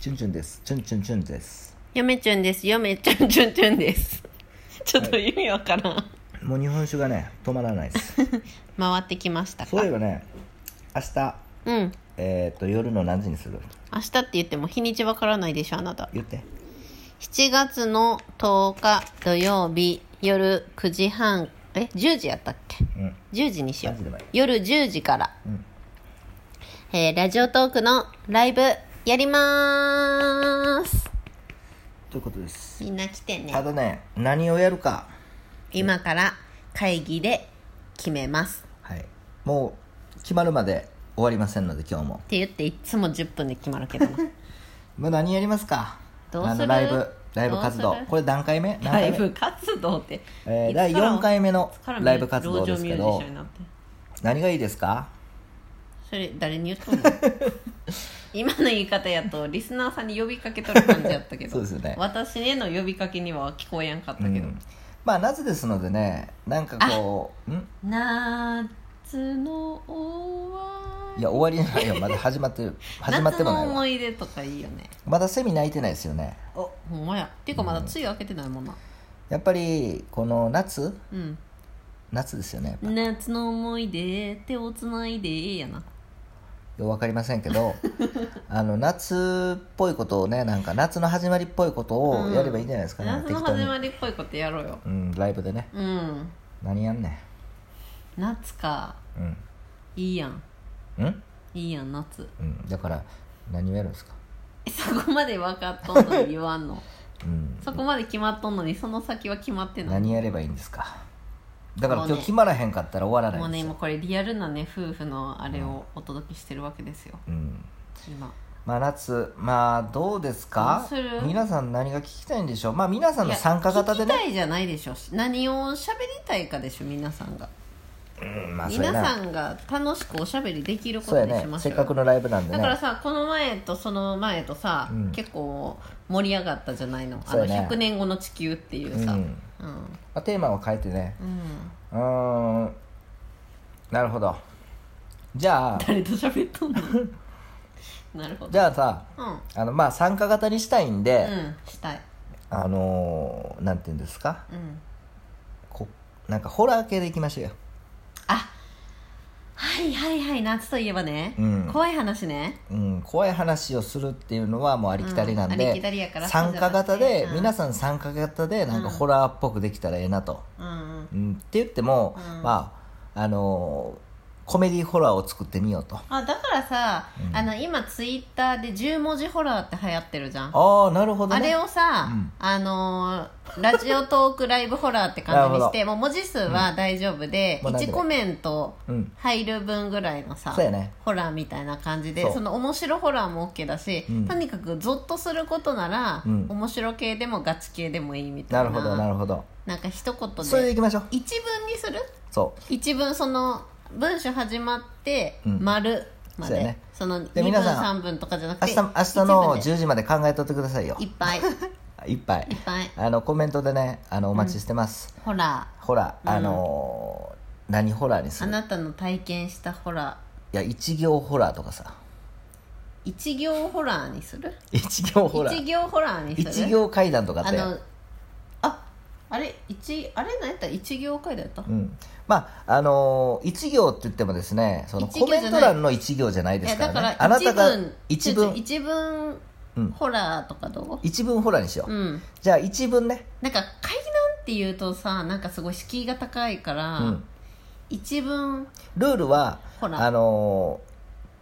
チュンチュンです。チュンチュンチュンです。よめちゅんです。よめちゅんちゅんちゅんです。 ちょっと意味わからん。もう日本酒がね、止まらない です。回ってきましたか。そういえうばね、明日、ん。えーっと、夜の何時にする明日って言っても日にちわからないでしょ、あなた。言って。 7月の10日土曜日夜9時半、え、10時やったっけうん。 ?10 時にしよ。マジでないう夜10時から、うんえーラジオトークのライブやりまーす。ということです。みんな来てあね。とね、何をやるか。今から会議で決めます。はい。もう、決まるまで終わりませんので、今日も。って言っていつも10分で決まるけどな。まあ、何やりますかどうすあるのライブ、ライブ活動どうす。るこれ何回目何ラ回イ目ブ活動って、えー第4回目のいつからライブ活動ですけ老女ミューどジシャンに、なって何がいいですかそれ誰に言ったの 今の言い方やとリスナーさんに呼びかけとる感じやったけ どそうですよね私への呼びかけには聞こえやんかったけど、うんまあ、夏ですのでね、なんかこう、ん夏の終わいりや終わりじゃないよまだ始まってる始まってもな 夏いのわ思い出とかいいよねまだセミ鳴いてないですよねあほんまやっていうかまだ梅雨明けてないもんなやっぱりこの夏うん、夏ですよねやっぱ夏の思い出手をつないでやなよう分かりませんけ どあの夏っぽいことをねなんか夏の始まりっぽいことをやればいいんじゃないですかね、夏の適当に始まりっぽいことやろうようんライブでねうん何やんね夏かんうんいいやんうん、いいやん夏 うん、だから何をやるんですかえそこまで分かっとんのに言わ んのうんそこまで決まっとんのにその先は決まってない何やればいいんですかだからもうね今日決まらへんかったら終わらなもういんねですよ、今これリアルなね夫婦のあれをお届けしてるわけですようん今まあ夏まあどうですかどうする皆さん何が聞きたいんでしょうまあ皆さんの参加型でいや聞きねたいじゃないでしょ何を喋りたいかでしょ皆さんがうんまあそうや皆なさんが楽しくおしゃべりできるこそうやとにしねましせょっうかよくのライブなんでだからねさこの前とその前とさ、うん結構盛り上がったじゃないのあそうのやね100年後の地球っていうさ、うんうんまあテーマを変えてねうんうーんなるほどじゃあ誰と喋っと んのなるほどじゃあさうんあのまあ参加型にしたいんで、うんしたいあのー、なんて言うんですかうんこなんかホラー系でいきましょうよあはいはいはい夏といえばね、うん怖い話ねうん、怖い話をするっていうのはもうありきたりなんうんあで、りきたりやから参加型で、うん皆さん参加型でなんかうんホラーっぽくできたらええなと、うんうんうん、って言っても、うんまああのーコメディホラーを作ってみようとあだからさ、あの今ツイッターで10文字ホラーって流行ってるじゃんあ,、ああなるほど、ね、れをさ、うんあのーラジオトークライブホラーって感じにしなてもう文字数は大丈夫で、もう何でも1コメントうん入る分ぐらいのさ、そうやねホラーみたいな感じでそうその面白ホラーも OK だし、うんとにかくゾッとすることなら、うん面白系でもガチ系でもいいみたないるなほどなるほどなんか一言それででいきましょう一文にするそう一文その文章始まって「うん丸まそうで、やねそので2皆分さん3分とかじゃなく明て日明日の一文で10時まで考えとってくださいよいっ ぱいいっいっぱいぱいあのコメントでねあのお待ちしてます、ホラホラーあのー何ホラーにーすあるなたの体験したホラいや一行ホラーとかさー一行ホラーにする一行ホラ一ー行ホラーにする一行階段とかっあてのああれ一あれ何やった一行会だった、うん、まああのー一行って言ってもですねその一行コじゃなメいント欄の一行じゃないいでやすからだねからあなたが一一文文一文うんホラーとかど一文ホラーにしようう、うんじゃあ一文ねなんか階段っていうとさなんかすごい敷居が高いから、うん一文ルールはホラーあのー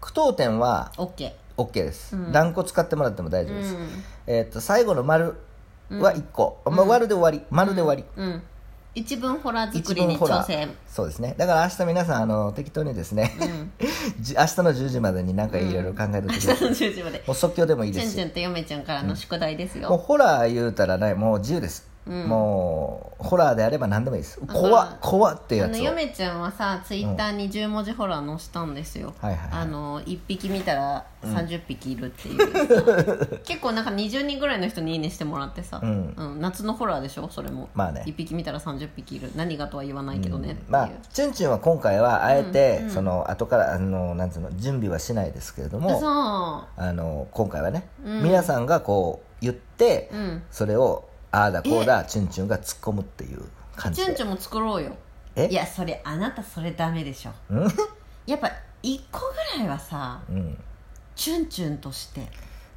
句読点は OK ケ OK です、うん何個使ってもらっても大丈夫です、ーえーっと最後の丸は1個、まあ、丸で終わり丸で終わり、うん、うん、一文ホラー一作り文にホ挑ラー戦そうですねだから明日皆さんあの適当にですね、うん、じ明日の10時までに何かいろいろ考えておいてく明だ日さの い、も10時までう即興でもいいチでュンすチュしンとヨメちゃんからの宿題ですもうよ、ホラー言うたらねもう自由ですうんもうホラーであれば何でもいいですだから怖っ怖っってあやのつをはい嫁ちゃんはさツイッターに10文字ホラー載したんですよ、はいはいあの1匹見たら30匹いるって いう、結構なんか20人ぐらいの人に「いいね」してもらってさ、うん夏のホラーでしょそれも、まあね1匹見たら30匹いる何がとは言わないけどねっていう、まあチュンチュンは今回はあえて、うんうんその後からあのなんつうの準備はしないですけれどもそあの今回はね、うん皆さんがこう言って、ううんそれをああだこうだチュンチュンが突っ込むっていう感チじュンでチュンも作ろうよえいやそれあなたそれダメでしょうんやっぱ1個ぐらいはさうんチュンチュンとして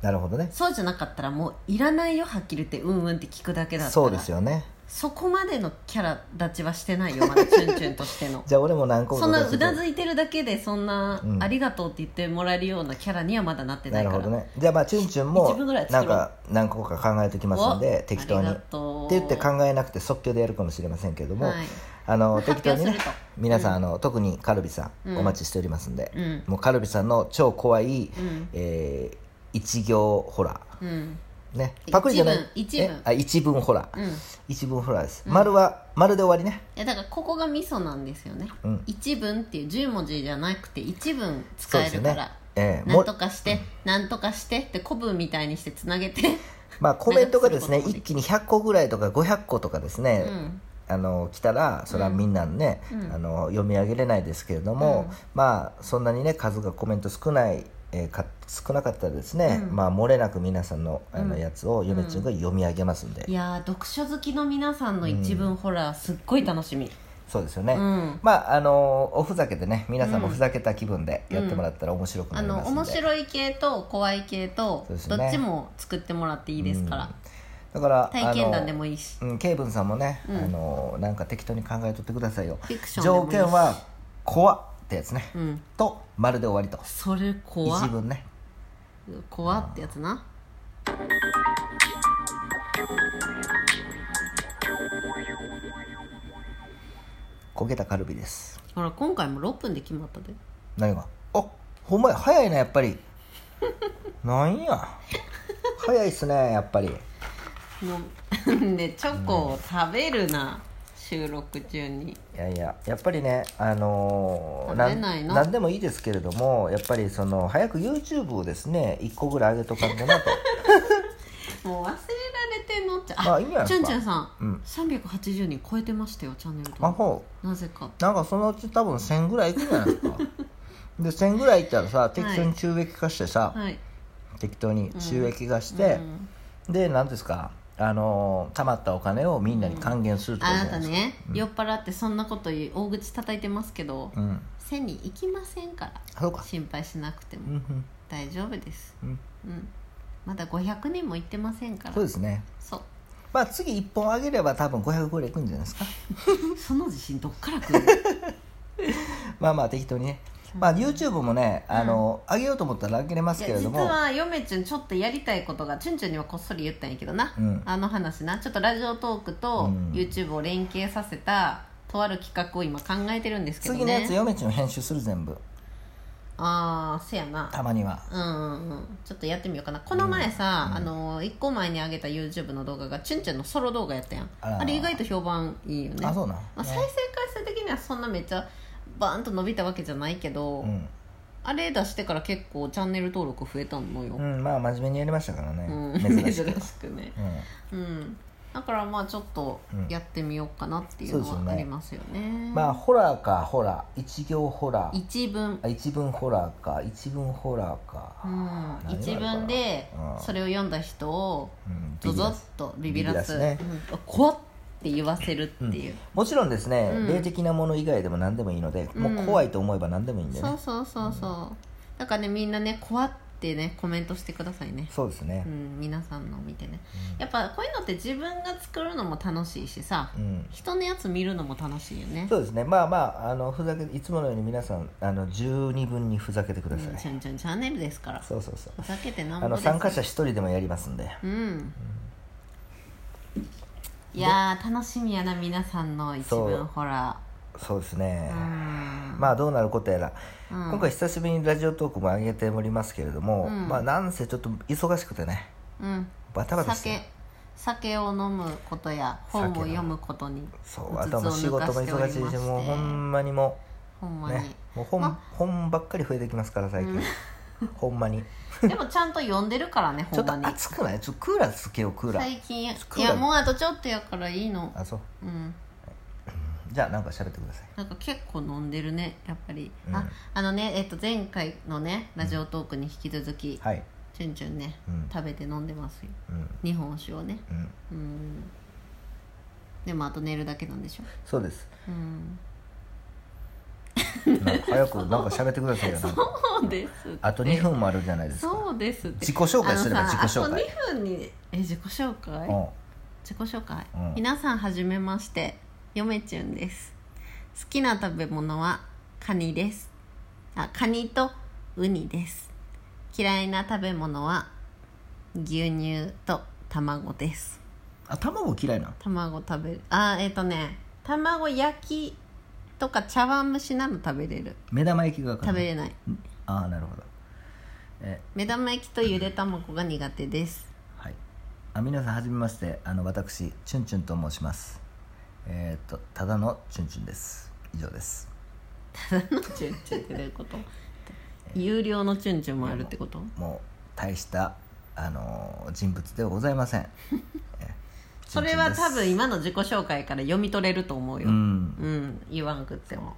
なるほどねそうじゃなかったらもういらないよはっきり言ってうんうんって聞くだけだったらそうですよねそこまでのキャラ立ちはしてないよまだチュンチュンとしてのじゃあ俺も何個もそんな出うしてなずいてるだけでそんなうんありがとうって言ってもらえるようなキャラにはまだなってなないるからほどねじゃあまあチュンチュンも一部ぐらい作なんろうか何個か考えてきますんでお適当にあっりがてとう言って考えなくて即興でやるかもしれませんけれども、はいあの適当に発ね表すると皆さん、あの特にカルビさん、うんお待ちしておりますんで、うんもうカルビさんの超怖い、うんえー一行ホラうんーね一文パクリじゃない一文えあ一文ホラー、うん一文ホラーです、丸は丸で終わりねいやだからここがミソなんですよね、うん一文っていう10文字じゃなくて一文使えるそかうですらね、ええなもんとかして、なんとかしてって古文みたいにしてつなげてまあコメントがですね長くすることもできる一気に100個ぐらいとか500個とかですね、うんあの来たらそれはみんなね、うんあの読み上げれないですけれども、うんまあそんなにね数がコメント少ない、えーか少なかったらですね、うんまあ漏れなく皆さんのあうのんやつを嫁ちゃんが読み上げますんで、いやー読書好きの皆さんの一文ホラーすっごい楽しみそうですよね、うんまああのおふざけでね皆さんもふざけた気分でやってもらったら面白くなありまのすんで、面白い系と怖い系とそうですどねっちも作ってもらっていいですから、だから体験談でいもいいしうん、ケイブンさんもね、うんあのなんか適当に考えとってくださいよフィクションでもい条いし件は「怖」ってやつね、うんと「丸で終わりとそれ怖一っ文ね怖ってやつな焦げたカルビですほら今回も6分で決まったで何があほんまや早いなやっぱ りなんや早いっすねやっぱりもう ねチョコを食べるな、収録中にいやいややっぱりねあのー食べないのんんでもいいですけれどもやっぱりその早く YouTube をですね1個ぐらい上げとかんと なともう忘れられてんのってあいいんじゃないでチすかュンチュンさん、うん380人超えてましたよチャンネルあ登録ほなぜかうなんかそのうち多分1000ぐらいいくんじゃないです かで1000ぐらいいったらさ適当に収益化してさ、はい適当に収益化して、で何ですかあのー貯まったお金をみんなに還元するってことじあゃななたいですか、ね、酔っ払ってそんなこと言う大口叩いてますけど、うん線に行きませんかあそうらか心配しなくてうんもうん大丈夫ですうんうんまだ500人も行ってませんからそうですねそう まあ次1本上げれば多分500ぐらいいくんじゃないですかその自信どっから来るまあまあ適当にね、まあ、YouTube もねあの、上げようと思ったら上げれますいけやれど実もは嫁ちゅんちょっとやりたいことがちゅんちゅんにはこっそり言ったんやけどな、うんあの話なちょっとラジオトークとうん YouTube を連携させたとある企画を今考えてるんですけどね次のやつ嫁ちゃん編集する全部ああせやなたまにはうんうんうんちょっとやってみようかなこの前さ、あの1個前に上げた YouTube の動画がチュンチュンのソロ動画やったやんあらあれ意外と評判いいよねあそうなんまあ、再生回数的にはそんなめっちゃバーンと伸びたわけじゃないけど、うん、あれ出してから結構チャンネル登録増えたのよ、うん、まあ真面目にやりましたからね、うん珍珍しし く、うん、くねうんだからまあちょっとうんやってみようかなっていうそうですよのねはありますよね,、まあホラーかホラー一行ホラー一文あ一文ホラーか一文ホラーか、うん何があるか一な文でうんそれを読んだ人をうんドゾッとビビらすビビらすうん怖っって言わせるっていう、もちろんですね、うん霊的なもの以外でも何でもいいので、もううん怖いと思えば何でもいいんでねそうそうそうそう、だからねみんなね怖ってねコメントしてくださいねそうですねうん、皆さんのを見てね、やっぱこういうのって自分が作るのも楽しいしさ、うん人のやつ見るのも楽しいよねそうですねまあまああのふざけいつものように皆さんあの十二分にふざけてください、うんちゃんちゃんチャンネルですからそうそうそうふざけてあなんぼでのすよ参加者一人でもやりますんでうんいやー楽しみやな皆さんの一そう番ホラそうですねーうんまあどうなることやら、うん今回久しぶりにラジオトークも上げておりますけれども、うんまあなんせちょっと忙しくてねうんバタバタして酒酒を飲むことや本を酒飲む読むことにそうあとはもう仕事も忙しいしもうほんまにもほんうまに、ねもう本,、ま本ばっかり増えてきますから最近、ほんま に でもちゃんと読んでるからね ちょほんっとまに暑くないちょっとクーラーつけようクーラー最近クいーラーやもうあとちょっとやからいいのあそううんじゃあなんか喋ってくださいなんか結構飲んでるねやっぱり、うんああのねえっと前回のねラジオトークに引き続き、はいチュンチュンね、うん食べて飲んでますようん日本酒をねうんうんでもあと寝るだけなんでしょそうですうんなんか早くなんか喋ってくださいよなんか そうですってあと2分もあるじゃないですかそうですって自己紹介すればあのさ自己紹介あと2分にえ自己紹介うん自己紹介、うん皆さんはじめましてよめちゅんです好きな食べ物はカニですあカニとウニです嫌いな食べ物は牛乳と卵ですあ卵嫌いな卵食べるあえっ、とね卵焼きとか茶碗蒸しなの食べれる目玉焼きが食べれないああなるほどえ目玉焼きとゆで卵が苦手ですはいあ皆さんはじめましてあの私チュンチュンと申しますえーっとただのチュンチュンです以上ですただのチュンチュンってどういうこと 有料のチュンチュンもあるってこともう大したあのー人物ではございま せんえそれは多分今の自己紹介から読み取れると思うチュンチュンですうんよ、うん言わんくっても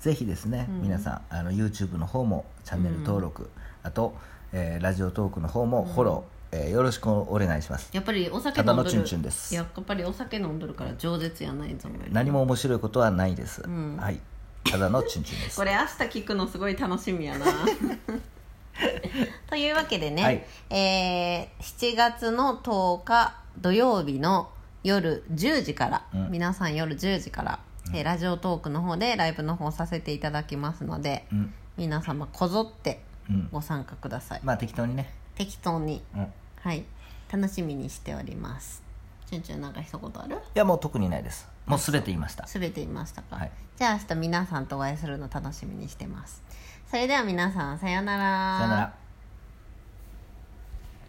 ぜひですね、うん皆さんあの YouTube の方もチャンネル登録、あと、えーラジオトークの方もフォロー、えーよろしくお願いしますやっぱりお酒た飲だんどのるチュンチュンですやっぱりお酒飲んどるから饒舌やないぞ何も面白いことはないです、んはいただのチュンチュンですこれ明日聞くのすごい楽しみやな というわけでね、はいえー7月の10日土曜日の夜10時から、うん皆さん夜10時から、えーラジオトークの方でライブの方させていただきますので、うん皆様こぞってうんご参加ください、まあ適当にね、適当にうん、いはい楽しみにしておりますちゅんちゅんなんか一言あるやもう特にないですもうすれて言いましたすべて言いましたか、はいじゃあ明日皆さんとお会いするの楽しみにしてますそれでは皆さんさようならさよなら